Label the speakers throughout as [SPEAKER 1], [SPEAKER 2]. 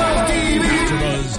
[SPEAKER 1] AfterBuzz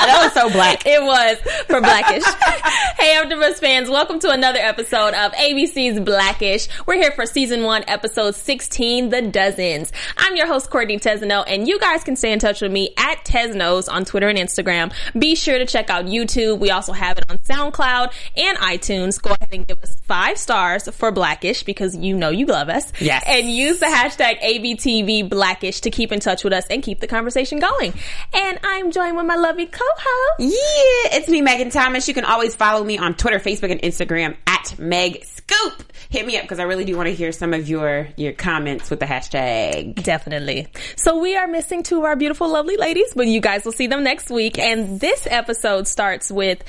[SPEAKER 2] that was so black.
[SPEAKER 3] It was for Blackish. hey, AfterBuzz fans, welcome to another episode of ABC's Blackish. We're here for season one, episode 16, The Dozens. I'm your host, Courtney Tesno, and you guys can stay in touch with me at Tesnos on Twitter and Instagram. Be sure to check out YouTube. We also have it on SoundCloud and iTunes. Go ahead and give us five stars for Blackish because you know you love us.
[SPEAKER 2] Yes.
[SPEAKER 3] And use the hashtag ABTV Blackish to keep in touch with us and keep the conversation going. And I'm joined with my lovely co-host.
[SPEAKER 2] Yeah, it's me, Megan Thomas. You can always follow me on Twitter, Facebook, and Instagram at Meg Scoop. Hit me up because I really do want to hear some of your your comments with the hashtag.
[SPEAKER 3] Definitely. So we are missing two of our beautiful, lovely ladies, but you guys will see them next week. And this episode starts with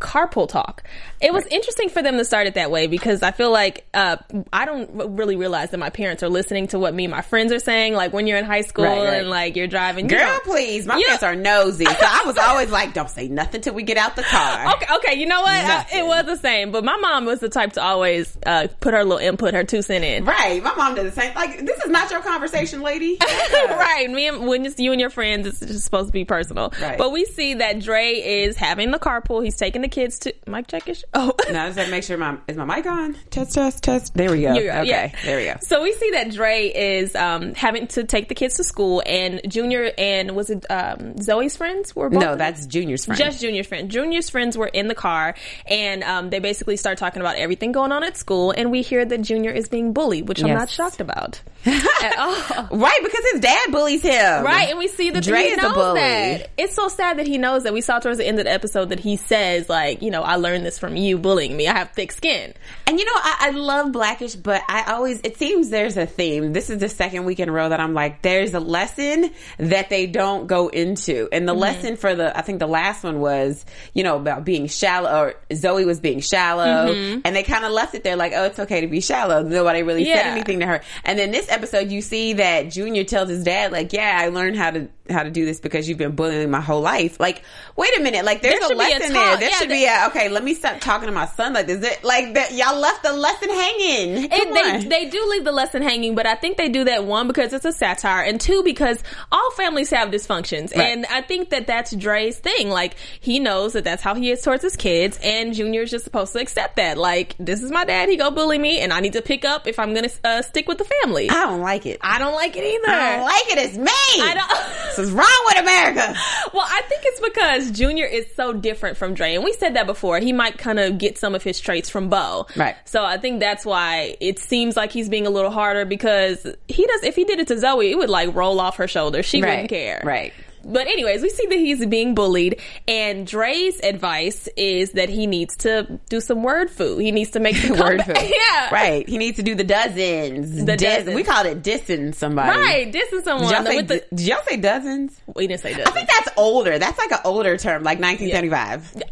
[SPEAKER 3] carpool talk. It was interesting for them to start it that way because I feel like uh, I don't r- really realize that my parents are listening to what me and my friends are saying. Like when you're in high school
[SPEAKER 2] Right, right.
[SPEAKER 3] and like you're driving, you
[SPEAKER 2] Girl,
[SPEAKER 3] don't-
[SPEAKER 2] please, my
[SPEAKER 3] You-
[SPEAKER 2] parents are nosy, so I was always like, "Don't say nothing till we get out the car."
[SPEAKER 3] Okay, okay, you know what? Uh,
[SPEAKER 2] Nothing.
[SPEAKER 3] it was the same, but my mom was the type to always uh, put her little input, her two cent in.
[SPEAKER 2] Right, my mom does the same. Like, this is not your conversation, lady.
[SPEAKER 3] right. Me and when it's you and your friends, it's just supposed to be personal.
[SPEAKER 2] Right.
[SPEAKER 3] But we see that Dre is having the carpool. He's taking the kids to Mike Checkish. Oh.
[SPEAKER 2] Now, I just have to make sure my is my mic on. Test, test, test. There we go.
[SPEAKER 3] Here we go.
[SPEAKER 2] okay,
[SPEAKER 3] Yeah.
[SPEAKER 2] there we go.
[SPEAKER 3] So we see that Dre is um, having to take the kids to school, and Junior and was it um, Zoe's friends were both
[SPEAKER 2] No, that's Junior's friend.
[SPEAKER 3] Just Junior's friend. Junior's friends were in the car, and um, they basically start talking about everything going on at school. And we hear that Junior is being bullied, which I'm
[SPEAKER 2] Yes.
[SPEAKER 3] not shocked about at all.
[SPEAKER 2] right, because his dad bullies him.
[SPEAKER 3] Right, and we see that
[SPEAKER 2] Dre
[SPEAKER 3] he
[SPEAKER 2] is a
[SPEAKER 3] knows
[SPEAKER 2] bully.
[SPEAKER 3] that. It's so sad that he knows that. We saw towards the end of the episode that he says, like, you know, I learned this from you bullying me. I have thick skin.
[SPEAKER 2] And you know, I, I love Blackish, but I always, it seems there's a theme. This is the second week in a row that I'm like, there's a lesson that they don't go into. And the
[SPEAKER 3] Mm-hmm.
[SPEAKER 2] lesson for the, I think the last one was, you know, about being shallow, or Zoe was being shallow.
[SPEAKER 3] Mm-hmm.
[SPEAKER 2] And they kind of left it there like, oh, it's okay to be shallow. Nobody really said
[SPEAKER 3] Yeah.
[SPEAKER 2] anything to her. And then this episode, you see that Junior tells his dad, like, yeah, I learned how to, how to do this because you've been bullying my whole life. Like, wait a minute. Like, there's
[SPEAKER 3] There
[SPEAKER 2] a
[SPEAKER 3] should be a
[SPEAKER 2] lesson there.
[SPEAKER 3] talk.
[SPEAKER 2] There
[SPEAKER 3] Yeah,
[SPEAKER 2] should
[SPEAKER 3] there-
[SPEAKER 2] be a yeah, okay, let me stop talking to my son like this. It- Like that, y'all left the lesson hanging. Come
[SPEAKER 3] It,
[SPEAKER 2] on.
[SPEAKER 3] they, they do leave the lesson hanging, but I think they do that one because it's a satire, and two because all families have dysfunctions,
[SPEAKER 2] Right.
[SPEAKER 3] and I think that that's Dre's thing. Like he knows that that's how he is towards his kids, and Junior's just supposed to accept that. Like this is my dad; he go bully me, and I need to pick up if I'm gonna uh, stick with the family. I,
[SPEAKER 2] I don't like it. I
[SPEAKER 3] don't like it either.
[SPEAKER 2] don't like it. It's me.
[SPEAKER 3] I don't-
[SPEAKER 2] This is wrong with America.
[SPEAKER 3] Well, I think it's because Junior is so different from Dre, and we said that before. He might kind of get some of his traits from Bo,
[SPEAKER 2] Right.
[SPEAKER 3] So I think that's why it seems like he's being a little harder because he does. If he did it to Zoe, it would like roll off her shoulder. She wouldn't care,
[SPEAKER 2] Right.
[SPEAKER 3] But anyways, we see that he's being bullied, and Dre's advice is that he needs to do some word food. He needs to make some
[SPEAKER 2] Word
[SPEAKER 3] comeback-
[SPEAKER 2] food.
[SPEAKER 3] yeah,
[SPEAKER 2] Right. He needs to do the dozens.
[SPEAKER 3] The
[SPEAKER 2] Diz-
[SPEAKER 3] dozens.
[SPEAKER 2] We called it dissing somebody.
[SPEAKER 3] right. This is someone
[SPEAKER 2] Did y'all, say,
[SPEAKER 3] with the.
[SPEAKER 2] did y'all say dozens?
[SPEAKER 3] we didn't say
[SPEAKER 2] I
[SPEAKER 3] that.
[SPEAKER 2] think that's older. That's like an older term, like 1975.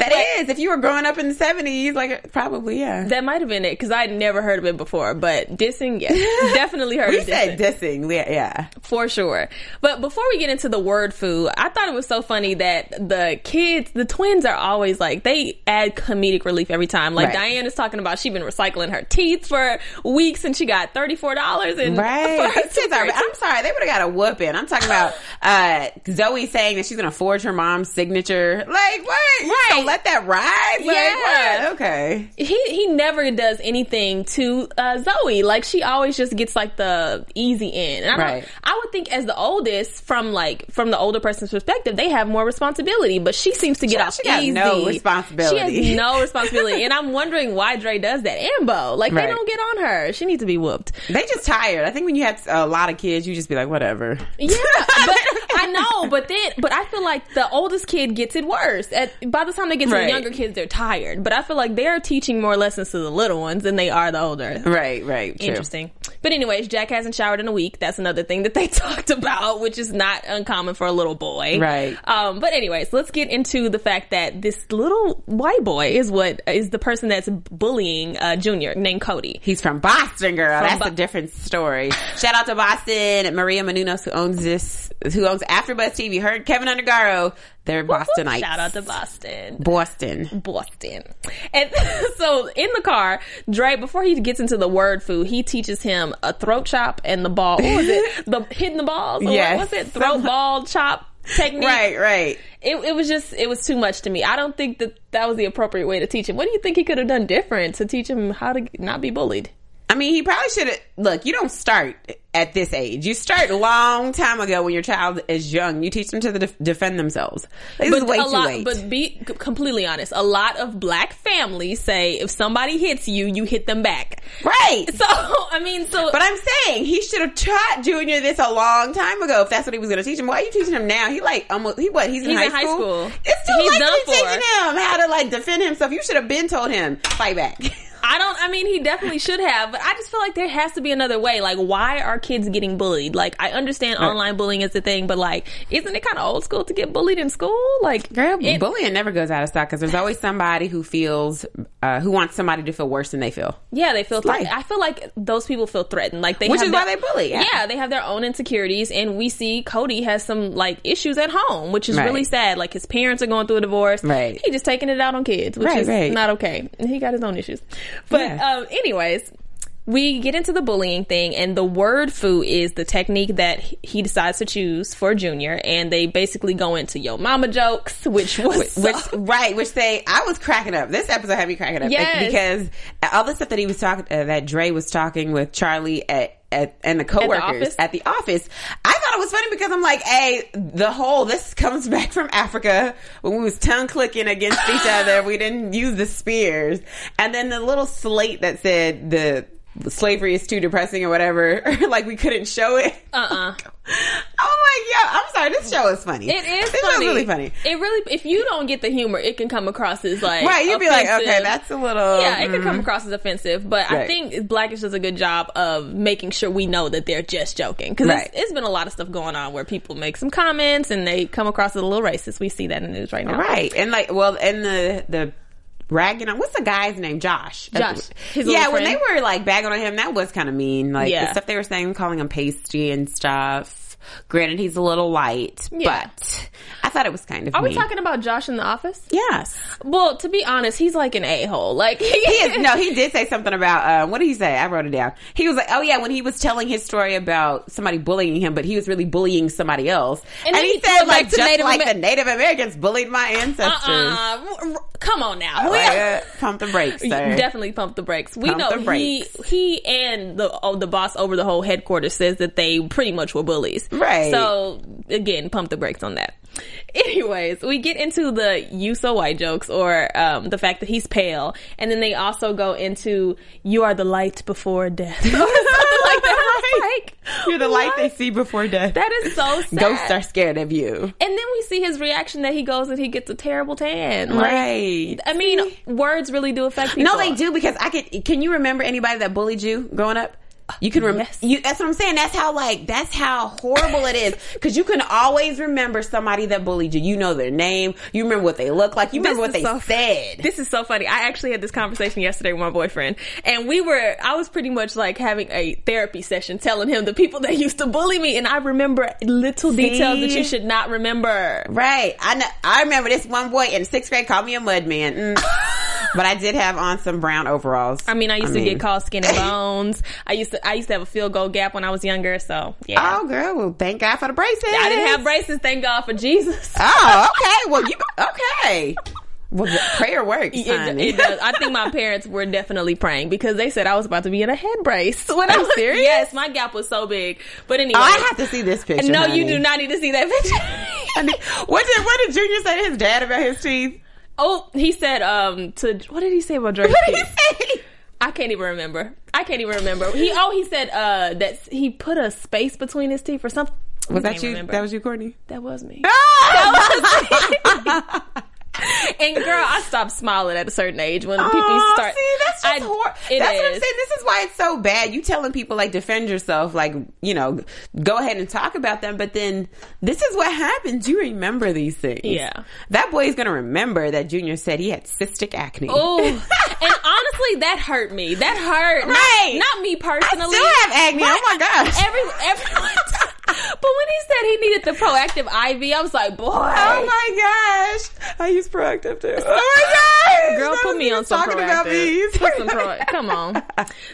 [SPEAKER 2] That is. If you were growing up in the 70s, like probably, yeah.
[SPEAKER 3] That might have been it because I'd never heard of it before, but dissing, yes, definitely heard
[SPEAKER 2] we
[SPEAKER 3] of dissing.
[SPEAKER 2] said dissing. Yeah, yeah.
[SPEAKER 3] for sure. But before we get into the word food, I thought it was so funny that the kids, the twins are always like they add comedic relief every time. Like
[SPEAKER 2] Right.
[SPEAKER 3] Diane is talking about she's been recycling her teeth for weeks and she got thirty four dollars and for
[SPEAKER 2] Right.
[SPEAKER 3] her
[SPEAKER 2] These kids are,
[SPEAKER 3] toothbrush.
[SPEAKER 2] I'm sorry, they would have got a whooping. I'm talking about uh, Zoe saying that she's going to forge her mom's signature. Like, what? Right. You do let that ride? Like,
[SPEAKER 3] Yeah.
[SPEAKER 2] what? Okay.
[SPEAKER 3] he he never does anything to uh, Zoe. Like she always just gets like the easy end. And I don't-
[SPEAKER 2] Right.
[SPEAKER 3] I would think as the oldest, from like from the older person's perspective, they have more responsibility. But she seems to get
[SPEAKER 2] She-
[SPEAKER 3] off
[SPEAKER 2] she got
[SPEAKER 3] easy.
[SPEAKER 2] no responsibility.
[SPEAKER 3] She has no responsibility. and I'm wondering why Dre does that. And Bo, like
[SPEAKER 2] Right.
[SPEAKER 3] they don't get on her. She needs to be whooped.
[SPEAKER 2] They just tired. I think when you have a lot of kids, you just be like, whatever.
[SPEAKER 3] Yeah, but I know, but then, but I feel like the oldest kid gets it worse. At, by the time they get to
[SPEAKER 2] Right.
[SPEAKER 3] the younger kids, they're tired. But I feel like they're teaching more lessons to the little ones than they are the older.
[SPEAKER 2] Right, right. True.
[SPEAKER 3] Interesting. But anyways, Jack hasn't showered in a week. That's another thing that they talked about, which is not uncommon for a little boy.
[SPEAKER 2] Right.
[SPEAKER 3] Um, but anyways, let's get into the fact that this little white boy is what is the person that's bullying uh, Junior named Cody.
[SPEAKER 2] He's from Boston, girl.
[SPEAKER 3] From
[SPEAKER 2] That's
[SPEAKER 3] Bo-
[SPEAKER 2] a different story. Shout out to Boston. Maria Menounos, who owns this, who owns AfterBuzz TV. Her and Kevin Undergaro, they're Bostonites.
[SPEAKER 3] Shout out to Boston.
[SPEAKER 2] Boston.
[SPEAKER 3] Boston. And so in the car, Dre, before he gets into the word food, he teaches him a throat chop and the ball. What was it? The hitting the balls? Or what-
[SPEAKER 2] Yes.
[SPEAKER 3] What's it? Throat ball chop technique.
[SPEAKER 2] Right, right.
[SPEAKER 3] It, it was just, it was too much to me. I don't think that that was the appropriate way to teach him. What do you think he could have done different to teach him how to not be bullied?
[SPEAKER 2] I mean, he probably should have. Look, you don't start at this age. You start a long time ago when your child is young. You teach them to def- defend themselves. This is way
[SPEAKER 3] a
[SPEAKER 2] too
[SPEAKER 3] lot,
[SPEAKER 2] late.
[SPEAKER 3] But be c- completely honest, a lot of black families say if somebody hits you, you hit them back.
[SPEAKER 2] right.
[SPEAKER 3] So, I mean, so.
[SPEAKER 2] But I'm saying he should have taught Junior this a long time ago if that's what he was going to teach him. Why are you teaching him now? He like almost he what? He's in,
[SPEAKER 3] He's
[SPEAKER 2] high,
[SPEAKER 3] in high
[SPEAKER 2] school?
[SPEAKER 3] school.
[SPEAKER 2] It's too
[SPEAKER 3] He's
[SPEAKER 2] late
[SPEAKER 3] done
[SPEAKER 2] to be
[SPEAKER 3] for.
[SPEAKER 2] teaching him how to like defend himself. You should have been told him fight back.
[SPEAKER 3] I don't. I mean, he definitely should have, but I just feel like there has to be another way. Like, why are kids getting bullied? Like, I understand online bullying is the thing, but like, isn't it kind of old school to get bullied in school? Like,
[SPEAKER 2] Girl,
[SPEAKER 3] it-
[SPEAKER 2] bullying never goes out of stock because there's always somebody who feels uh, who wants somebody to feel worse than they feel.
[SPEAKER 3] yeah, they feel.
[SPEAKER 2] life.
[SPEAKER 3] threatened. I feel like those people feel threatened. Like, they
[SPEAKER 2] Which
[SPEAKER 3] have
[SPEAKER 2] is
[SPEAKER 3] their-
[SPEAKER 2] why they bully, yeah.
[SPEAKER 3] they have their own insecurities, and we see Cody has some like issues at home, which is
[SPEAKER 2] Right.
[SPEAKER 3] really sad. Like, his parents are going through a divorce.
[SPEAKER 2] Right.
[SPEAKER 3] He just taking it out on kids, which
[SPEAKER 2] Right,
[SPEAKER 3] is
[SPEAKER 2] right.
[SPEAKER 3] not okay. And He got his own issues, but
[SPEAKER 2] Yeah.
[SPEAKER 3] um, anyways. we get into the bullying thing and the word foo is the technique that he- he decides to choose for junior and they basically go into yo mama jokes which was
[SPEAKER 2] Which
[SPEAKER 3] so-
[SPEAKER 2] right, which they I was cracking up. This episode had me cracking up
[SPEAKER 3] Yes.
[SPEAKER 2] because all the stuff that he was talking uh, that Dre was talking with Charlie at. At, and the
[SPEAKER 3] office?
[SPEAKER 2] coworkers at the, office, I thought it was funny because I'm like, "Hey, the whole this comes back from Africa when we was tongue clicking against each other. We didn't use the spears, and then the little slate that said the slavery is too depressing or whatever, like we couldn't show it.
[SPEAKER 3] uh-uh
[SPEAKER 2] oh my god, I'm sorry, this show is funny.
[SPEAKER 3] it is
[SPEAKER 2] this
[SPEAKER 3] funny.
[SPEAKER 2] was really funny.
[SPEAKER 3] it really if you don't get the humor it can come across as like
[SPEAKER 2] Right, you'd be like,
[SPEAKER 3] offensive.
[SPEAKER 2] okay, that's a little.
[SPEAKER 3] yeah, it could
[SPEAKER 2] mm.
[SPEAKER 3] come across as offensive, but I
[SPEAKER 2] Right.
[SPEAKER 3] think Blackish does a good job of making sure we know that they're just joking. Because
[SPEAKER 2] Right.
[SPEAKER 3] it's been a lot of stuff going on where people make some comments and they come across as a little racist. We see that in the news right now.
[SPEAKER 2] Right. And like, well, and the, the ragging on, what's the guy's name? Josh. That's-
[SPEAKER 3] Josh, his
[SPEAKER 2] yeah,
[SPEAKER 3] little
[SPEAKER 2] when they
[SPEAKER 3] friend.
[SPEAKER 2] were like bagging on him, that was kind of mean. Like
[SPEAKER 3] Yeah.
[SPEAKER 2] the stuff they were saying, calling him pasty and stuff. Granted, he's a little light,
[SPEAKER 3] Yeah.
[SPEAKER 2] but I thought it was kind of
[SPEAKER 3] Are we
[SPEAKER 2] mean.
[SPEAKER 3] talking about Josh in the office?
[SPEAKER 2] Yes.
[SPEAKER 3] Well, to be honest, he's like an a hole. Like he
[SPEAKER 2] He is, no, he did say something about, uh, what did he say? I wrote it down. He was like, oh yeah, when he was telling his story about somebody bullying him, but he was really bullying somebody else.
[SPEAKER 3] And
[SPEAKER 2] And,
[SPEAKER 3] then
[SPEAKER 2] he,
[SPEAKER 3] he threw
[SPEAKER 2] said
[SPEAKER 3] it back
[SPEAKER 2] like,
[SPEAKER 3] to
[SPEAKER 2] just
[SPEAKER 3] Native
[SPEAKER 2] like
[SPEAKER 3] Amer-
[SPEAKER 2] the Native Americans bullied my ancestors.
[SPEAKER 3] Uh-uh. W- r- Come on now. We
[SPEAKER 2] Like,
[SPEAKER 3] are-
[SPEAKER 2] uh, pump the brakes, sir.
[SPEAKER 3] Definitely pump the brakes. We
[SPEAKER 2] Pump
[SPEAKER 3] know
[SPEAKER 2] the
[SPEAKER 3] he
[SPEAKER 2] brakes.
[SPEAKER 3] he and the oh, the boss over the whole headquarters says that they pretty much were bullies.
[SPEAKER 2] Right.
[SPEAKER 3] So again, pump the brakes on that. Anyways, we get into the you so white jokes or um, the fact that he's pale, and then they also go into you are the light before death or something like that. Like,
[SPEAKER 2] You're the light they
[SPEAKER 3] what?
[SPEAKER 2] see before death.
[SPEAKER 3] That is so sad.
[SPEAKER 2] Ghosts are scared of you.
[SPEAKER 3] And then we see his reaction that he goes and he gets a terrible tan. Like,
[SPEAKER 2] Right.
[SPEAKER 3] I mean, words really do affect people.
[SPEAKER 2] No, they do because I could. Can you remember anybody that bullied you growing up? You can remember.
[SPEAKER 3] Yes.
[SPEAKER 2] That's what I'm saying. That's how like that's how horrible it is because you can always remember somebody that bullied you. You know their name. You remember what they look like. You remember what they
[SPEAKER 3] This is so-
[SPEAKER 2] said.
[SPEAKER 3] This is so funny. I actually had this conversation yesterday with my boyfriend, and we were, I was pretty much like having a therapy session telling him the people that used to bully me, and I remember little
[SPEAKER 2] See?
[SPEAKER 3] details that you should not remember.
[SPEAKER 2] Right. I know, I remember this one boy in sixth grade called me a mud man. Mm. but I did have on some brown overalls.
[SPEAKER 3] I mean, I used to
[SPEAKER 2] mean.
[SPEAKER 3] get called skin and bones. I used to, I used to have a field goal gap when I was younger, so yeah.
[SPEAKER 2] Oh, girl. Well, thank God for the braces.
[SPEAKER 3] I didn't have braces, thank God for Jesus.
[SPEAKER 2] Oh, okay. Well, you okay? Well, the prayer works.
[SPEAKER 3] It,
[SPEAKER 2] honey.
[SPEAKER 3] it does. I think my parents were definitely praying because they said I was about to be in a head brace. When I'm serious, yes, my gap was so big. But anyway,
[SPEAKER 2] Oh, I have to see this picture.
[SPEAKER 3] No,
[SPEAKER 2] honey.
[SPEAKER 3] you do not need to see that
[SPEAKER 2] I
[SPEAKER 3] picture.
[SPEAKER 2] need- What did What did Junior say to his dad about his teeth?
[SPEAKER 3] oh, he said um to what did he say about Drake's
[SPEAKER 2] What did he
[SPEAKER 3] teeth?
[SPEAKER 2] say?
[SPEAKER 3] I can't even remember. I can't even remember. He oh he said uh that he put a space between his teeth or something.
[SPEAKER 2] Was that
[SPEAKER 3] can't
[SPEAKER 2] you?
[SPEAKER 3] remember.
[SPEAKER 2] That was you, Courtney.
[SPEAKER 3] That was me. That was me. and girl, I stopped smiling at a certain age when people
[SPEAKER 2] Aw,
[SPEAKER 3] start.
[SPEAKER 2] Oh, See, that's just
[SPEAKER 3] I-
[SPEAKER 2] hor-
[SPEAKER 3] it
[SPEAKER 2] That's what I'm
[SPEAKER 3] is.
[SPEAKER 2] saying. This is why it's so bad. You telling people like defend yourself, like you know, go ahead and talk about them, but then this is what happens. You remember these things.
[SPEAKER 3] Yeah.
[SPEAKER 2] that boy's gonna remember that Junior said he had cystic acne.
[SPEAKER 3] Oh, and honestly, that hurt me. That hurt. Not-
[SPEAKER 2] Right.
[SPEAKER 3] Not, me personally.
[SPEAKER 2] I still have acne. Oh my gosh.
[SPEAKER 3] Every everyone. but when he said he needed the proactive IV, I was like, boy.
[SPEAKER 2] Oh my gosh! I use proactive too. Oh my gosh!
[SPEAKER 3] Girl,
[SPEAKER 2] I
[SPEAKER 3] put
[SPEAKER 2] wasn't
[SPEAKER 3] me
[SPEAKER 2] even
[SPEAKER 3] on some
[SPEAKER 2] talking
[SPEAKER 3] proactive.
[SPEAKER 2] about these.
[SPEAKER 3] Put some pro- Come on.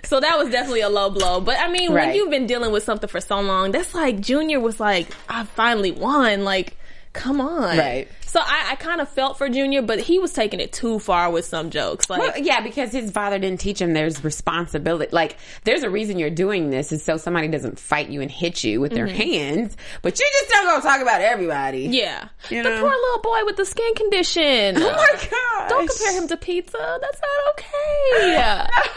[SPEAKER 3] So that was definitely a low blow. But I mean, when
[SPEAKER 2] Right.
[SPEAKER 3] you've been dealing with something for so long, that's like Junior was like, I finally won. Like, come on.
[SPEAKER 2] Right.
[SPEAKER 3] So I, I kind of felt for Junior, but he was taking it too far with some jokes. Like,
[SPEAKER 2] Well, yeah, because his father didn't teach him there's responsibility. Like, there's a reason you're doing this is so somebody doesn't fight you and hit you with their hands, but you just don't go talk about everybody.
[SPEAKER 3] yeah.
[SPEAKER 2] You
[SPEAKER 3] the
[SPEAKER 2] know.
[SPEAKER 3] poor little boy with the skin condition.
[SPEAKER 2] Oh my god!
[SPEAKER 3] Don't compare him to pizza. That's not okay.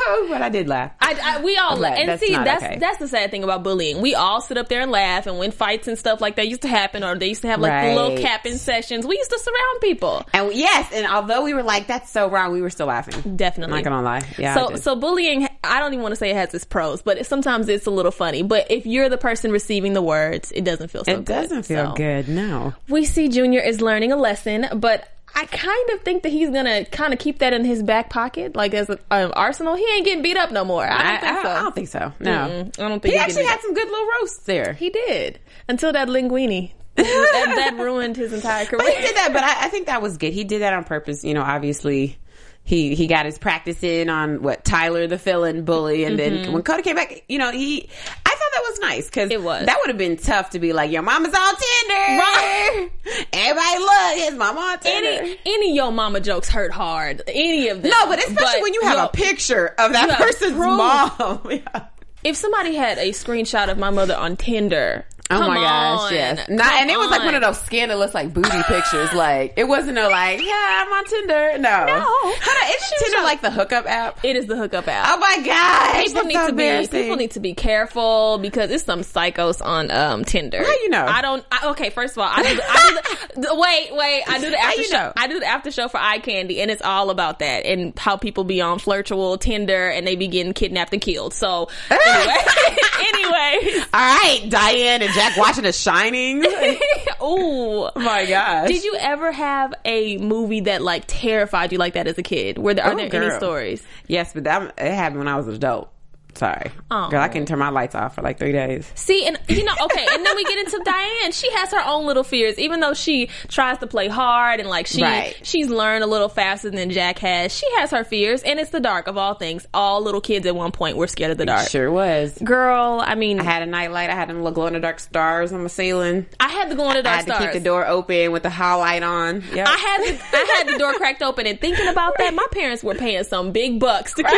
[SPEAKER 2] Oh, but I did laugh.
[SPEAKER 3] I, I, we all
[SPEAKER 2] But
[SPEAKER 3] and
[SPEAKER 2] that's
[SPEAKER 3] see
[SPEAKER 2] not
[SPEAKER 3] that's
[SPEAKER 2] okay.
[SPEAKER 3] that's the sad thing about bullying. We all sit up there and laugh, and when fights and stuff like that used to happen, or they used to have like the little
[SPEAKER 2] Right.
[SPEAKER 3] capping sessions, we used to surround people.
[SPEAKER 2] and yes, and although we were like, "That's so wrong," we were still laughing.
[SPEAKER 3] Definitely,
[SPEAKER 2] Not gonna lie. Yeah. I
[SPEAKER 3] so
[SPEAKER 2] did.
[SPEAKER 3] so bullying, I don't even want to say it has its pros, but it, sometimes it's a little funny. But if you're the person receiving the words, it doesn't feel so
[SPEAKER 2] it
[SPEAKER 3] good.
[SPEAKER 2] doesn't feel
[SPEAKER 3] So,
[SPEAKER 2] good. No.
[SPEAKER 3] We see Junior is learning a lesson, but. I kind of think that he's gonna kind of keep that in his back pocket, like as an um, arsenal. He ain't getting beat up no more. I
[SPEAKER 2] I,
[SPEAKER 3] don't think
[SPEAKER 2] I,
[SPEAKER 3] so.
[SPEAKER 2] I don't think so. No.
[SPEAKER 3] Mm-mm. I don't think
[SPEAKER 2] He
[SPEAKER 3] can
[SPEAKER 2] actually
[SPEAKER 3] do that.
[SPEAKER 2] had some good little roasts there.
[SPEAKER 3] He did until that linguini. that, that ruined his entire career.
[SPEAKER 2] But he did that, but I, I think that was good. He did that on purpose. You know, obviously, he he got his practice in on what Tyler the fill-in bully, and then when Cody came back, you know, he I thought that was nice because
[SPEAKER 3] Mm-hmm. It was.
[SPEAKER 2] that would have been tough to be like your mama's on Tinder.
[SPEAKER 3] Right.
[SPEAKER 2] Everybody look, his mama on Tinder.
[SPEAKER 3] Any any yo mama jokes hurt hard. Any of them.
[SPEAKER 2] no, but especially when you have
[SPEAKER 3] yo,
[SPEAKER 2] a picture of
[SPEAKER 3] you
[SPEAKER 2] that
[SPEAKER 3] have
[SPEAKER 2] person's
[SPEAKER 3] proof.
[SPEAKER 2] mom. Yeah.
[SPEAKER 3] If somebody had a screenshot of my mother on Tinder.
[SPEAKER 2] Oh
[SPEAKER 3] come
[SPEAKER 2] my gosh,
[SPEAKER 3] on,
[SPEAKER 2] yes. Not, and it was like
[SPEAKER 3] come
[SPEAKER 2] one of
[SPEAKER 3] on.
[SPEAKER 2] those scandalous like booty pictures. Like it wasn't no like, yeah, I'm on Tinder. No.
[SPEAKER 3] No.
[SPEAKER 2] How do, isn't
[SPEAKER 3] She was
[SPEAKER 2] Tinder
[SPEAKER 3] on-
[SPEAKER 2] like the hookup app?
[SPEAKER 3] It is the hookup app.
[SPEAKER 2] Oh my gosh.
[SPEAKER 3] people
[SPEAKER 2] that's
[SPEAKER 3] need
[SPEAKER 2] so
[SPEAKER 3] to be
[SPEAKER 2] embarrassing.
[SPEAKER 3] people need to be careful because it's some psychos on um Tinder.
[SPEAKER 2] How you know?
[SPEAKER 3] I don't. I, okay, first of all, I do, the, I do the, the- wait, wait. I do the
[SPEAKER 2] How
[SPEAKER 3] after
[SPEAKER 2] you
[SPEAKER 3] show.
[SPEAKER 2] know?
[SPEAKER 3] I do the after show for Eye Candy, and it's all about that and how people be on flirtual Tinder and they be getting kidnapped and killed. So anyway, anyway.
[SPEAKER 2] All right, Diane and Jack watching The Shining. oh
[SPEAKER 3] Ooh.
[SPEAKER 2] my gosh.
[SPEAKER 3] Did you ever have a movie that like terrified you like that as a kid? Were there are
[SPEAKER 2] Oh,
[SPEAKER 3] there any
[SPEAKER 2] girl.
[SPEAKER 3] stories?
[SPEAKER 2] Yes, but that it happened when I was an adult. Sorry.
[SPEAKER 3] Oh.
[SPEAKER 2] Girl, I couldn't turn my lights off for like three days.
[SPEAKER 3] See, and you know, okay, and then we get into Diane. She has her own little fears, even though she tries to play hard and like she
[SPEAKER 2] Right.
[SPEAKER 3] she's learned a little faster than Jack has. She has her fears, and it's the dark of all things. All little kids at one point were scared of the dark.
[SPEAKER 2] Sure was.
[SPEAKER 3] Girl, I mean,
[SPEAKER 2] I had a nightlight. I had them little glow in the dark stars on my ceiling.
[SPEAKER 3] to go on the
[SPEAKER 2] I
[SPEAKER 3] dark
[SPEAKER 2] had
[SPEAKER 3] stars.
[SPEAKER 2] to keep the door open with the highlight on. Yep.
[SPEAKER 3] I had the, I had the door cracked open, and thinking about that, my parents were paying some big bucks to keep that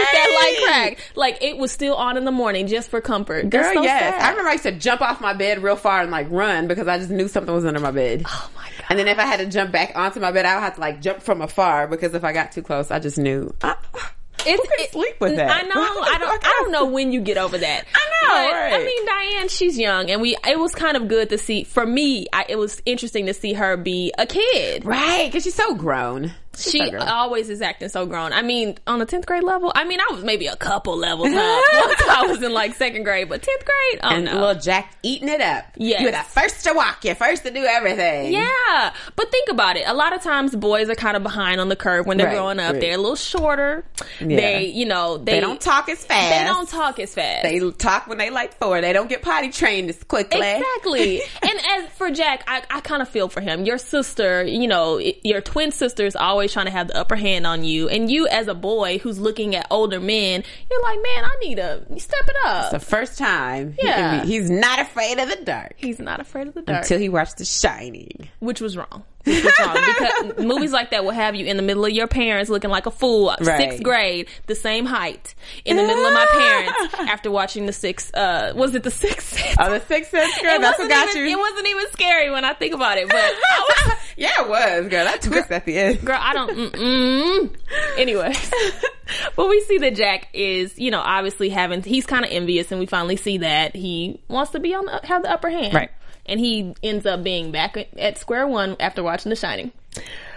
[SPEAKER 3] light
[SPEAKER 2] Right.
[SPEAKER 3] cracked. Like it was still on in the morning just for comfort. That's
[SPEAKER 2] Girl,
[SPEAKER 3] so
[SPEAKER 2] yes.
[SPEAKER 3] sad.
[SPEAKER 2] I remember I used to jump off my bed real far and like run because I just knew something was under my bed.
[SPEAKER 3] Oh my god.
[SPEAKER 2] And then if I had to jump back onto my bed, I would have to like jump from afar because if I got too close, I just knew. I,
[SPEAKER 3] It's,
[SPEAKER 2] could sleep with that?
[SPEAKER 3] I know. I don't. I don't know when you get over that.
[SPEAKER 2] I know,
[SPEAKER 3] But, I
[SPEAKER 2] right.
[SPEAKER 3] mean, Diane, she's young, and we. It was kind of good to see. For me, I, it was interesting to see her be a kid.
[SPEAKER 2] right? Because she's so grown. She's
[SPEAKER 3] She
[SPEAKER 2] so grown.
[SPEAKER 3] always is acting so grown. I mean, on the tenth grade level. I mean, I was maybe a couple levels up. Once I was in like second grade, but tenth grade. Oh
[SPEAKER 2] and
[SPEAKER 3] no.
[SPEAKER 2] little Jack eating it up.
[SPEAKER 3] Yes.
[SPEAKER 2] You're the first to walk. You're first to do everything.
[SPEAKER 3] Yeah, but think about it. A lot of times, boys are kind of behind on the curve when they're
[SPEAKER 2] Right,
[SPEAKER 3] growing up.
[SPEAKER 2] right.
[SPEAKER 3] They're a little shorter.
[SPEAKER 2] Yeah.
[SPEAKER 3] They, you know, they,
[SPEAKER 2] They don't talk as fast.
[SPEAKER 3] They don't talk as fast.
[SPEAKER 2] They talk when they like four. They don't get potty trained as quickly.
[SPEAKER 3] Exactly. and as for Jack, I, I kind of feel for him. Your sister, you know, i- your twin sister is always trying to have the upper hand on you. And you, as a boy who's looking at older men, you're like, man, I need to step it
[SPEAKER 2] The
[SPEAKER 3] up.
[SPEAKER 2] first time. he
[SPEAKER 3] Yeah.
[SPEAKER 2] can be- he's not afraid of the dark.
[SPEAKER 3] He's not afraid of the dark,
[SPEAKER 2] Until he watched The Shining.
[SPEAKER 3] which was wrong. Which was wrong because movies like that will have you in the middle of your parents looking like a fool.
[SPEAKER 2] Right.
[SPEAKER 3] Sixth grade, the same height, in the middle of my parents after watching the six. Uh, was it the sixth? Sense?
[SPEAKER 2] Oh, The Sixth Sense, girl.
[SPEAKER 3] It
[SPEAKER 2] That's
[SPEAKER 3] wasn't
[SPEAKER 2] what got
[SPEAKER 3] even-
[SPEAKER 2] you.
[SPEAKER 3] It wasn't even scary when I think about it, but I was
[SPEAKER 2] yeah, it was, girl. That twist at the end.
[SPEAKER 3] Girl, I don't. Mm-mm. Anyways, but we see that Jack is, you know, obviously having he's kind of envious, and we finally see that he wants to be on the, have the upper hand.
[SPEAKER 2] Right.
[SPEAKER 3] and he ends up being back at square one after watching The Shining.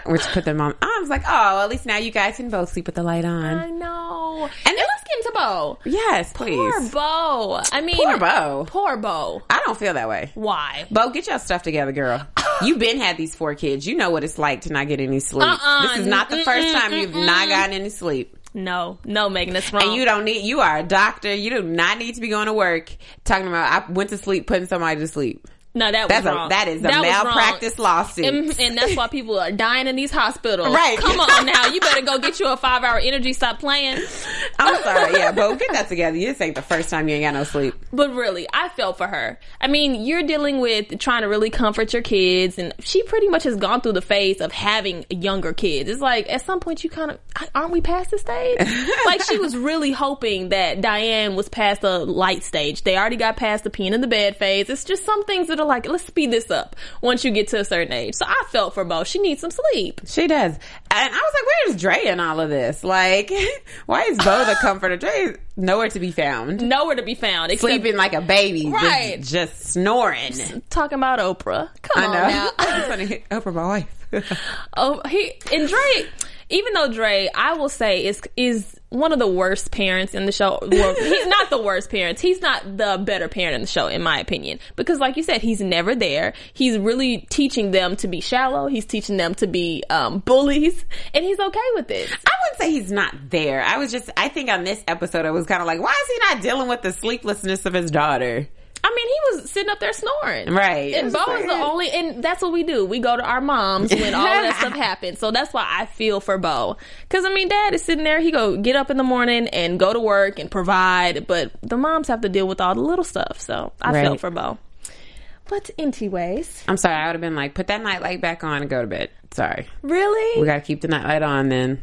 [SPEAKER 2] Which put them on. I was like, oh, at least now you guys can both sleep with the light on.
[SPEAKER 3] I know. And then let's get into Bo.
[SPEAKER 2] Yes, please.
[SPEAKER 3] Poor Bo. I mean,
[SPEAKER 2] Poor Bo.
[SPEAKER 3] Poor Bo.
[SPEAKER 2] I don't feel that way.
[SPEAKER 3] Why?
[SPEAKER 2] Bo, get your stuff together, girl. You've been had these four kids. You know what it's like to not get any sleep.
[SPEAKER 3] Uh-uh.
[SPEAKER 2] This is not the first time you've not gotten any sleep.
[SPEAKER 3] No, no, Megan, that's wrong.
[SPEAKER 2] And you don't need, you are a doctor. You do not need to be going to work talking about, I went to sleep, putting somebody to sleep.
[SPEAKER 3] no, that was
[SPEAKER 2] That's
[SPEAKER 3] wrong.
[SPEAKER 2] a, that is a
[SPEAKER 3] was wrong.
[SPEAKER 2] malpractice lawsuit.
[SPEAKER 3] And, and that's why people are dying in these hospitals.
[SPEAKER 2] Right.
[SPEAKER 3] Come on now. You better go get you a five hour energy. Stop playing.
[SPEAKER 2] I'm sorry. Yeah, Bo, get that together. This ain't the first time you ain't got no sleep.
[SPEAKER 3] But really, I felt for her. I mean, you're dealing with trying to really comfort your kids, and she pretty much has gone through the phase of having younger kids. It's like at some point you kind of aren't we past the stage? like she was really hoping that Diane was past the light stage. They already got past the peeing in the bed phase. It's just some things that are like, let's speed this up once you get to a certain age. So I felt for both. She needs some sleep.
[SPEAKER 2] She does. And I was like, where's Dre in all of this? Like, why is Bo the comforter? Dre is nowhere to be found.
[SPEAKER 3] Nowhere to be found. Except
[SPEAKER 2] Sleeping like a baby. just-
[SPEAKER 3] Right.
[SPEAKER 2] Just, snoring.
[SPEAKER 3] talking about Oprah. Come
[SPEAKER 2] I
[SPEAKER 3] on
[SPEAKER 2] know.
[SPEAKER 3] now.
[SPEAKER 2] I'm trying to hit Oprah, my wife.
[SPEAKER 3] Oh, he and Dre. Even though Dre, I will say, is is one of the worst parents in the show. Well, he's not the worst parents. He's not the better parent in the show, in my opinion. Because, like you said, he's never there. He's really teaching them to be shallow. He's teaching them to be um, bullies, and he's okay with it.
[SPEAKER 2] I wouldn't say he's not there. I was just, I think on this episode, I was kind of like, why is he not dealing with the sleeplessness of his daughter?
[SPEAKER 3] I mean, he was sitting up there snoring,
[SPEAKER 2] Right.
[SPEAKER 3] And Bo is the only, and that's what we do. We go to our moms when all that stuff happens. So that's why I feel for Bo, because I mean, Dad is sitting there. He go get up in the morning and go to work and provide, but the moms have to deal with all the little stuff. So I
[SPEAKER 2] Right.
[SPEAKER 3] feel for Bo. But anyways,
[SPEAKER 2] I'm sorry. I would have been like, put that nightlight back on and go to bed. Sorry.
[SPEAKER 3] really,
[SPEAKER 2] We got to keep the nightlight on then.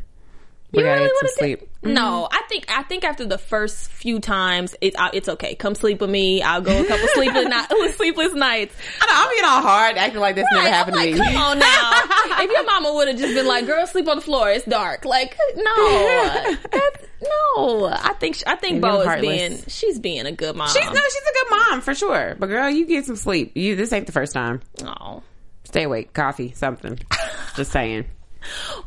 [SPEAKER 2] We
[SPEAKER 3] You
[SPEAKER 2] gotta
[SPEAKER 3] really
[SPEAKER 2] get some
[SPEAKER 3] want to
[SPEAKER 2] sleep. Mm-hmm.
[SPEAKER 3] No, I think I think after the first few times, it, I, it's okay. Come sleep with me. I'll go a couple sleepless, ni- sleepless nights.
[SPEAKER 2] I know, I'm being all hard, acting like this never
[SPEAKER 3] Right,
[SPEAKER 2] happened
[SPEAKER 3] I'm
[SPEAKER 2] to
[SPEAKER 3] like,
[SPEAKER 2] me.
[SPEAKER 3] Come on now. if your mama would have just been like, "Girl, sleep on the floor. It's dark." Like, no, that's no. I think I think
[SPEAKER 2] You're
[SPEAKER 3] Bo is
[SPEAKER 2] heartless.
[SPEAKER 3] being she's being a good mom.
[SPEAKER 2] She's no, she's a good mom for sure. But girl, you get some sleep. You this ain't the first time.
[SPEAKER 3] Aw.
[SPEAKER 2] Stay awake, coffee, something. Just saying.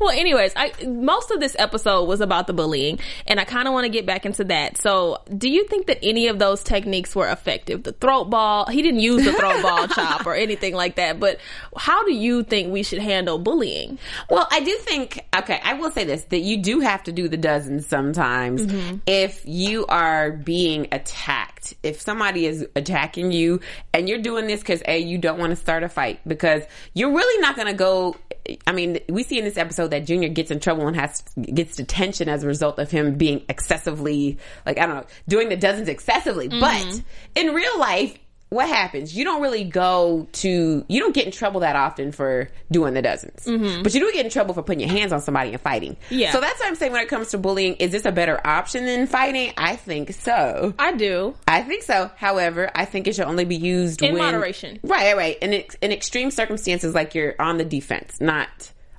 [SPEAKER 3] Well, anyways, I most of this episode was about the bullying, and I kind of want to get back into that. So, do you think that any of those techniques were effective? The throat ball, he didn't use the throat ball chop or anything like that. But how do you think we should handle bullying?
[SPEAKER 2] Well, I do think, okay, I will say this, that you do have to do the dozens sometimes if you are being attacked. If somebody is attacking you and you're doing this because A, you don't want to start a fight because you're really not going to go. I mean, we see in this episode that Junior gets in trouble and has gets detention as a result of him being excessively, like, I don't know, doing the dozens excessively. But in real life, what happens? You don't really go to, you don't get in trouble that often for doing the dozens, but you do get in trouble for putting your hands on somebody and fighting.
[SPEAKER 3] Mm-hmm. Yeah.
[SPEAKER 2] So that's what I'm saying when it comes to bullying. Is this a better option than fighting? I think so.
[SPEAKER 3] I do.
[SPEAKER 2] I think so. However, I think it should only be used
[SPEAKER 3] In
[SPEAKER 2] when-
[SPEAKER 3] moderation.
[SPEAKER 2] Right, right, right. In ex- in extreme circumstances, like you're on the defense, not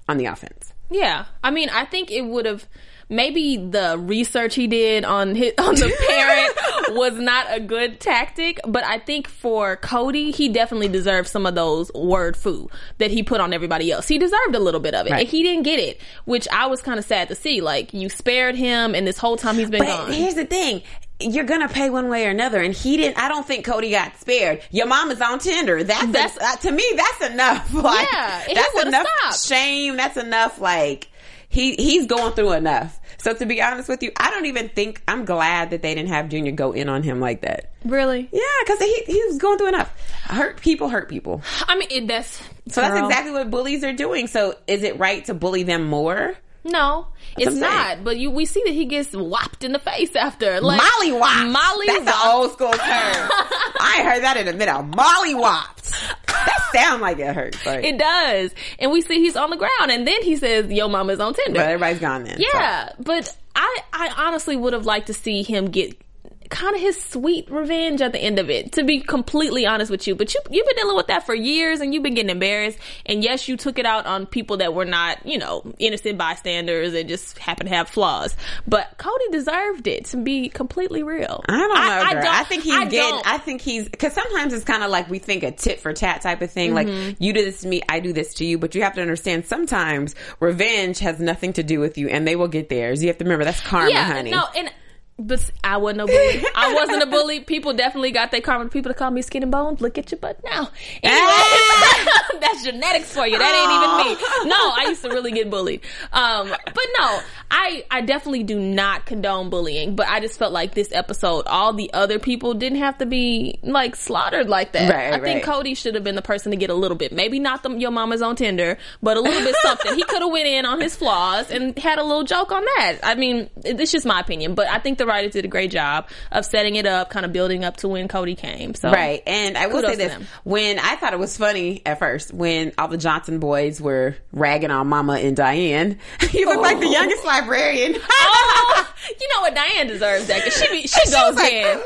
[SPEAKER 2] on the offense.
[SPEAKER 3] Yeah, I mean, I think it would have maybe the research he did on his, on the parent was not a good tactic, but I think for Cody, he definitely deserved some of those word foo that he put on everybody else. He deserved a little bit of it,
[SPEAKER 2] Right.
[SPEAKER 3] and he didn't get it, which I was kind of sad to see. Like you spared him, and this whole time he's been
[SPEAKER 2] But
[SPEAKER 3] gone.
[SPEAKER 2] here's the thing. You're gonna pay one way or another, and he didn't. I don't think Cody got spared. Your mom is on Tinder. That's,
[SPEAKER 3] That's-
[SPEAKER 2] that's uh, to me. That's enough. Like,
[SPEAKER 3] Mm-hmm. Yeah, he
[SPEAKER 2] that's
[SPEAKER 3] would've
[SPEAKER 2] enough
[SPEAKER 3] stopped.
[SPEAKER 2] shame. That's enough. Like he he's going through enough. So to be honest with you, I don't even think I'm glad that they didn't have Junior go in on him like that.
[SPEAKER 3] really?
[SPEAKER 2] Yeah, because he he was going through enough. Hurt people, hurt people.
[SPEAKER 3] I mean, it, that's
[SPEAKER 2] So that's
[SPEAKER 3] Girl.
[SPEAKER 2] exactly what bullies are doing. So is it right to bully them more?
[SPEAKER 3] No, it's
[SPEAKER 2] what I'm saying.
[SPEAKER 3] not. But you, we see that he gets whopped in the face after. Like
[SPEAKER 2] Molly whopped.
[SPEAKER 3] Molly
[SPEAKER 2] That's
[SPEAKER 3] whopped.
[SPEAKER 2] an old school term. I ain't heard that in a minute. Molly whopped. That sound like it hurts. Like,
[SPEAKER 3] It does. And we see he's on the ground and then he says, Yo mama's on Tinder.
[SPEAKER 2] but everybody's gone then. so.
[SPEAKER 3] yeah. But I I honestly would have liked to see him get kind of his sweet revenge at the end of it, to be completely honest with you. But you, you've been dealing with that for years and you've been getting embarrassed. And yes, you took it out on people that were not, you know, innocent bystanders and just happen to have flaws. But Cody deserved it to be completely real.
[SPEAKER 2] I don't know. I, girl. I, think he's getting. I think he's because sometimes it's kind of like we think a tit for tat type of thing. Like you do this to me, I do this to you. But you have to understand sometimes revenge has nothing to do with you, and they will get theirs. You have to remember that's karma,
[SPEAKER 3] yeah,
[SPEAKER 2] honey.
[SPEAKER 3] no, and but I wasn't a bully. I wasn't a bully. People definitely got their karma. People that call me skin and bones, look at your butt now. Anyway, that's genetics for you. That ain't even me. No, I used to really get bullied. Um, but no, I I definitely do not condone bullying. But I just felt like this episode, all the other people didn't have to be like slaughtered like that.
[SPEAKER 2] Right,
[SPEAKER 3] I think
[SPEAKER 2] right.
[SPEAKER 3] Cody should have been the person to get a little bit, maybe not the, your mama's on Tinder, but a little bit something. he could have went in on his flaws and had a little joke on that. I mean, it- it's just my opinion, but I think the writers did a great job of setting it up, kind of building up to when Cody came. So
[SPEAKER 2] Right. And I will
[SPEAKER 3] Kudos
[SPEAKER 2] say
[SPEAKER 3] to
[SPEAKER 2] this.
[SPEAKER 3] them.
[SPEAKER 2] When I thought it was funny at first, when all the Johnson boys were ragging on Mama and Diane, you look like the youngest librarian.
[SPEAKER 3] Oh, you know what? Diane deserves that because she be, she
[SPEAKER 2] She
[SPEAKER 3] goes
[SPEAKER 2] was like,
[SPEAKER 3] in.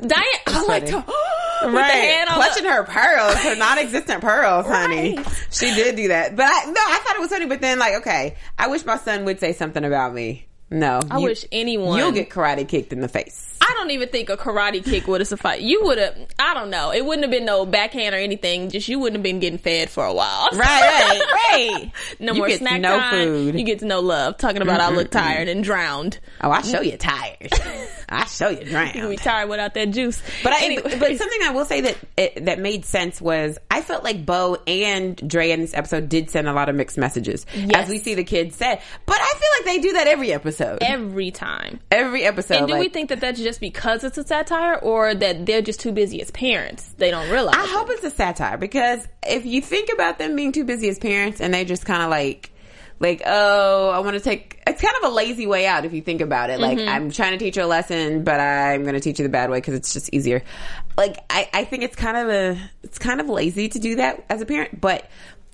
[SPEAKER 3] Diane, I like
[SPEAKER 2] funny.
[SPEAKER 3] to. with the
[SPEAKER 2] Right,
[SPEAKER 3] hand on the-
[SPEAKER 2] clutching her pearls, her non-existent pearls, honey.
[SPEAKER 3] Right.
[SPEAKER 2] She did do that, but I, no, I thought it was funny. But then, like, okay, I wish my son would say something about me. No,
[SPEAKER 3] I wish anyone.
[SPEAKER 2] you'll get karate kicked in the face.
[SPEAKER 3] I don't even think a karate kick would have sufficed. You would have. I don't know. It wouldn't have been no backhand or anything. Just you wouldn't have been getting fed for a while.
[SPEAKER 2] Right, right, right.
[SPEAKER 3] No
[SPEAKER 2] You
[SPEAKER 3] more
[SPEAKER 2] get
[SPEAKER 3] snack
[SPEAKER 2] no
[SPEAKER 3] time.
[SPEAKER 2] food.
[SPEAKER 3] You get to no love. Talking about I look tired and drowned.
[SPEAKER 2] Oh, I show you tired. I show you drowned.
[SPEAKER 3] We tired without that juice.
[SPEAKER 2] But I,
[SPEAKER 3] Anyway.
[SPEAKER 2] but- but something I will say that it, that made sense was I felt like Bo and Dre in this episode did send a lot of mixed messages,
[SPEAKER 3] Yes.
[SPEAKER 2] as we see the kids said. But I feel like they do that every episode, every,
[SPEAKER 3] every time.
[SPEAKER 2] episode.
[SPEAKER 3] And do we
[SPEAKER 2] like-
[SPEAKER 3] think that that's just because it's a satire, or that they're just too busy as parents? They don't realize.
[SPEAKER 2] I hope it's a satire because if you think about them being too busy as parents and they just kind of like, like, oh, I want to take. It's kind of a lazy way out if you think about it.
[SPEAKER 3] Mm-hmm.
[SPEAKER 2] Like, I'm trying to teach you a lesson, but I'm going to teach you the bad way because it's just easier. Like, I, I think it's kind of a, it's kind of lazy to do that as a parent, but.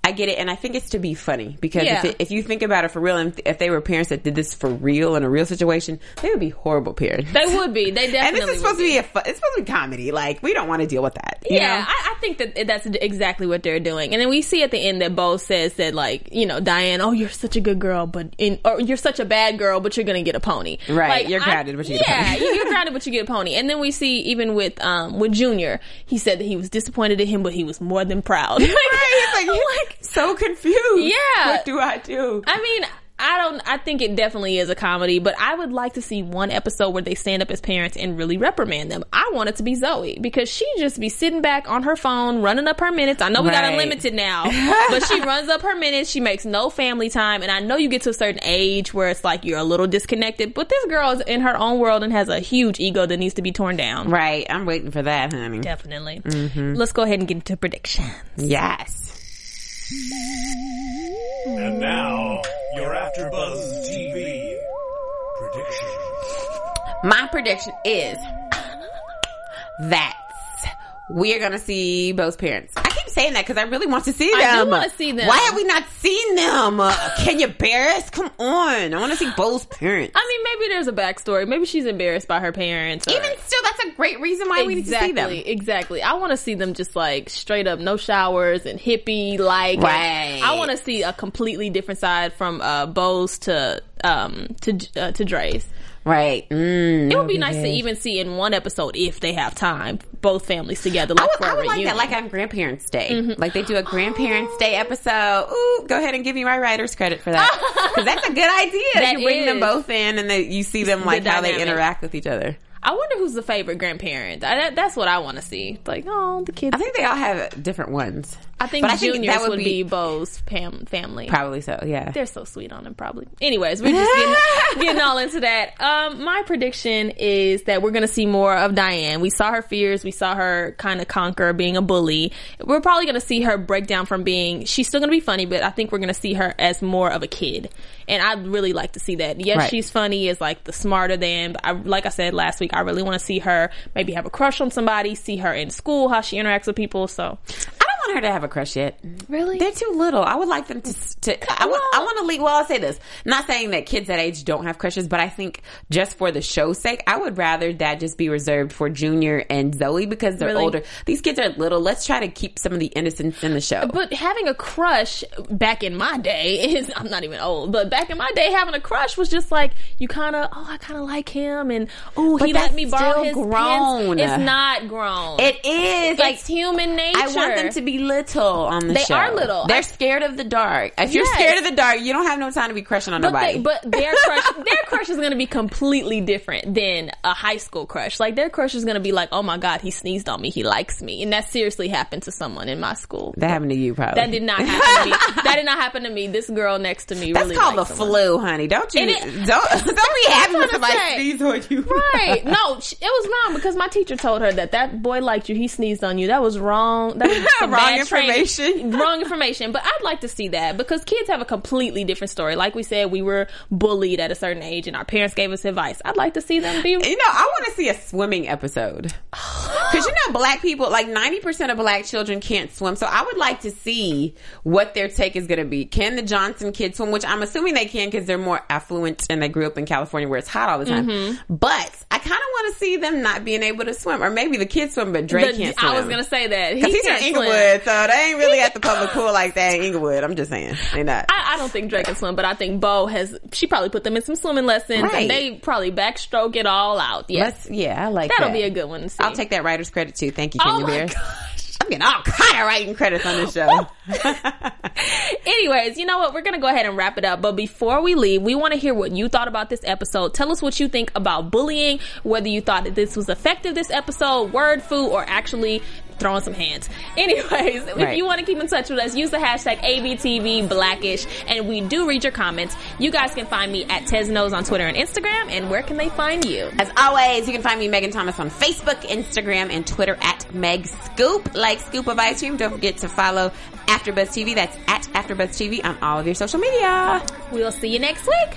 [SPEAKER 2] I get it, and I think it's to be funny because if,
[SPEAKER 3] Yeah.
[SPEAKER 2] it, if you think about it for real, and if they were parents that did this for real in a real situation, they would be horrible parents.
[SPEAKER 3] They would be. They
[SPEAKER 2] and
[SPEAKER 3] definitely.
[SPEAKER 2] this is
[SPEAKER 3] would
[SPEAKER 2] supposed to be a, fu- it's supposed to be comedy. Like we don't want to deal with that. you
[SPEAKER 3] Yeah,
[SPEAKER 2] know?
[SPEAKER 3] I, I think that that's exactly what they're doing. And then we see at the end that Bo says that, like, you know, Diane, oh, you're such a good girl, but in, or you're such a bad girl, but you're gonna get a pony.
[SPEAKER 2] Right,
[SPEAKER 3] Like,
[SPEAKER 2] you're
[SPEAKER 3] I-
[SPEAKER 2] grounded, but you get a
[SPEAKER 3] yeah,
[SPEAKER 2] pony.
[SPEAKER 3] you- you're grounded, but you get a pony. And then we see even with um with Junior, he said that he was disappointed in him, but he was more than proud. Like,
[SPEAKER 2] right? It's like,
[SPEAKER 3] I'm
[SPEAKER 2] you're so confused.
[SPEAKER 3] Yeah.
[SPEAKER 2] What do I do?
[SPEAKER 3] I mean, I don't. I think it definitely is a comedy, but I would like to see one episode where they stand up as parents and really reprimand them. I want it to be Zoe because she just be sitting back on her phone, running up her minutes. I know we got
[SPEAKER 2] Right.
[SPEAKER 3] unlimited now, but she runs up her minutes. She makes no family time, and I know you get to a certain age where it's like you're a little disconnected. But this girl is in her own world and has a huge ego that needs to be torn down.
[SPEAKER 2] right. Mm-hmm. I'm waiting for that, honey.
[SPEAKER 3] Definitely. Let's go ahead and get into predictions.
[SPEAKER 2] Yes.
[SPEAKER 4] And now, your AfterBuzz TV predictions.
[SPEAKER 2] My prediction is that we're going to see Bo's parents. I keep saying that because I really want to see them.
[SPEAKER 3] I do wanna see them.
[SPEAKER 2] Why have we not seen them? Uh, Can you bear us? Come on. I want to see Bo's parents.
[SPEAKER 3] I mean, maybe there's a backstory. Maybe she's embarrassed by her parents. or-
[SPEAKER 2] Even still, that's a great reason why we need to see
[SPEAKER 3] exactly,
[SPEAKER 2] them.
[SPEAKER 3] Exactly. I want to see them just like straight up, no showers and hippie like.
[SPEAKER 2] Right.
[SPEAKER 3] I want to see a completely different side from uh, Bose to um to uh, to Dre's.
[SPEAKER 2] Right. Mm,
[SPEAKER 3] It would be nice to even see in one episode if they have time, both families together. Like
[SPEAKER 2] I would,
[SPEAKER 3] for
[SPEAKER 2] I
[SPEAKER 3] a
[SPEAKER 2] would like
[SPEAKER 3] reunion.
[SPEAKER 2] that, like on Grandparents Day.
[SPEAKER 3] Mm-hmm.
[SPEAKER 2] Like they do a Grandparents
[SPEAKER 3] Oh.
[SPEAKER 2] Day episode. Ooh, go ahead and give me my writers credit for that because that's a good idea.
[SPEAKER 3] That
[SPEAKER 2] you bring them
[SPEAKER 3] is.
[SPEAKER 2] both in, and they, you see them like how they
[SPEAKER 3] dynamic.
[SPEAKER 2] interact with each other.
[SPEAKER 3] I wonder who's the favorite grandparent. I, that, that's what I want to see. Like, oh, the kids.
[SPEAKER 2] I think they all have different ones.
[SPEAKER 3] I think
[SPEAKER 2] but I think
[SPEAKER 3] juniors
[SPEAKER 2] that would
[SPEAKER 3] would be,
[SPEAKER 2] be-
[SPEAKER 3] Bo's fam- family.
[SPEAKER 2] Probably so. Yeah.
[SPEAKER 3] They're so sweet on him, probably. Anyways, we're just getting, getting all into that. Um, my prediction is that we're gonna see more of Diane. We saw her fears. We saw her kind of conquer being a bully. We're probably gonna see her break down from being. She's still gonna be funny, but I think we're gonna see her as more of a kid. And I'd really like to see that. Yes,
[SPEAKER 2] Right.
[SPEAKER 3] she's funny, is like the smarter than. But I, like I said last week, I really want to see her maybe have a crush on somebody, see her in school, how she interacts with people. So
[SPEAKER 2] I don't want her to have a crush yet.
[SPEAKER 3] Really?
[SPEAKER 2] They're too little. I would like them to. to I, want, I want to leave. Well, I'll say this. Not saying that kids that age don't have crushes, but I think just for the show's sake, I would rather that just be reserved for Junior and Zoe because they're
[SPEAKER 3] Really?
[SPEAKER 2] older. These kids are little. Let's try to keep some of the innocence in the show.
[SPEAKER 3] But having a crush back in my day is, I'm not even old, but back in my day, having a crush was just like, you kind of, oh, I kind of like him and, oh,
[SPEAKER 2] But
[SPEAKER 3] he let
[SPEAKER 2] that's
[SPEAKER 3] me borrow
[SPEAKER 2] still
[SPEAKER 3] his
[SPEAKER 2] grown.
[SPEAKER 3] pants. It's not grown.
[SPEAKER 2] it is
[SPEAKER 3] it's
[SPEAKER 2] like
[SPEAKER 3] human nature.
[SPEAKER 2] I want them to be little on the
[SPEAKER 3] They
[SPEAKER 2] show.
[SPEAKER 3] are little.
[SPEAKER 2] They're
[SPEAKER 3] I-
[SPEAKER 2] scared of the dark. If you're
[SPEAKER 3] Yes.
[SPEAKER 2] scared of the dark, you don't have no time to be crushing on
[SPEAKER 3] But,
[SPEAKER 2] nobody.
[SPEAKER 3] they, but their crush, their crush is going to be completely different than a high school crush. Like their crush is going to be like, oh my god, he sneezed on me, he likes me, and that seriously happened to someone in my school.
[SPEAKER 2] that happened to you, probably.
[SPEAKER 3] That did not happen to me. That did not happen to me. This girl next to me
[SPEAKER 2] That's
[SPEAKER 3] really
[SPEAKER 2] called the
[SPEAKER 3] liked someone.
[SPEAKER 2] flu, honey. Don't you?
[SPEAKER 3] And it-
[SPEAKER 2] don't don't be
[SPEAKER 3] what
[SPEAKER 2] happy when
[SPEAKER 3] I'm
[SPEAKER 2] somebody
[SPEAKER 3] saying.
[SPEAKER 2] sneezes on you.
[SPEAKER 3] Right. No, sh- it was wrong because my teacher told her that that boy liked you. He sneezed on you. That was wrong. That was some
[SPEAKER 2] Wrong
[SPEAKER 3] bad training.
[SPEAKER 2] information.
[SPEAKER 3] Wrong information. But I'd like to see that because kids have a completely different story. Like we said, we were bullied at a certain age and our parents gave us advice. I'd like to see them be.
[SPEAKER 2] You know, I want to see a swimming episode. Because you know, black people, like 90% of black children can't swim. So I would like to see what their take is going to be. Can the Johnson kids swim? Which I'm assuming they can because they're more affluent and they grew up in California where it's hot all the time.
[SPEAKER 3] Mm-hmm.
[SPEAKER 2] But I kind of want to see them not being able to swim. Or maybe the kids swim, but Drake
[SPEAKER 3] the-
[SPEAKER 2] can't swim.
[SPEAKER 3] I was gonna say that
[SPEAKER 2] Because
[SPEAKER 3] he
[SPEAKER 2] he's
[SPEAKER 3] can't
[SPEAKER 2] from
[SPEAKER 3] swim.
[SPEAKER 2] Inglewood, so they ain't really at the public pool like that in Inglewood. I'm just saying. They're not.
[SPEAKER 3] I, I don't think Drake can swim, but I think Bo has. She probably put them in some swimming lessons,
[SPEAKER 2] Right.
[SPEAKER 3] and they probably backstroke it all out. Yes,
[SPEAKER 2] Let's- yeah, I like
[SPEAKER 3] that'll
[SPEAKER 2] that.
[SPEAKER 3] be a good one. To see.
[SPEAKER 2] I'll take that writer's credit too. Thank you,
[SPEAKER 3] Oh
[SPEAKER 2] Kenya
[SPEAKER 3] my
[SPEAKER 2] Bear.
[SPEAKER 3] gosh.
[SPEAKER 2] I'm getting all kind of writing credits on this show.
[SPEAKER 3] Anyways, you know what? We're going to go ahead and wrap it up. But before we leave, we want to hear what you thought about this episode. Tell us what you think about bullying, whether you thought that this was effective this episode, word food, or actually throwing some hands. Anyways, if
[SPEAKER 2] Right.
[SPEAKER 3] you want to keep in touch with us, use the hashtag ABTVBlackish, and we do read your comments. You guys can find me at Tesnos on Twitter and Instagram, and where can they find you?
[SPEAKER 2] As always, you can find me Megan Thomas on Facebook, Instagram, and Twitter at Meg Scoop. Like Scoop of Ice Cream. Don't forget to follow AfterBuzz TV. That's at AfterBuzz TV on all of your social media.
[SPEAKER 3] We'll see you next week.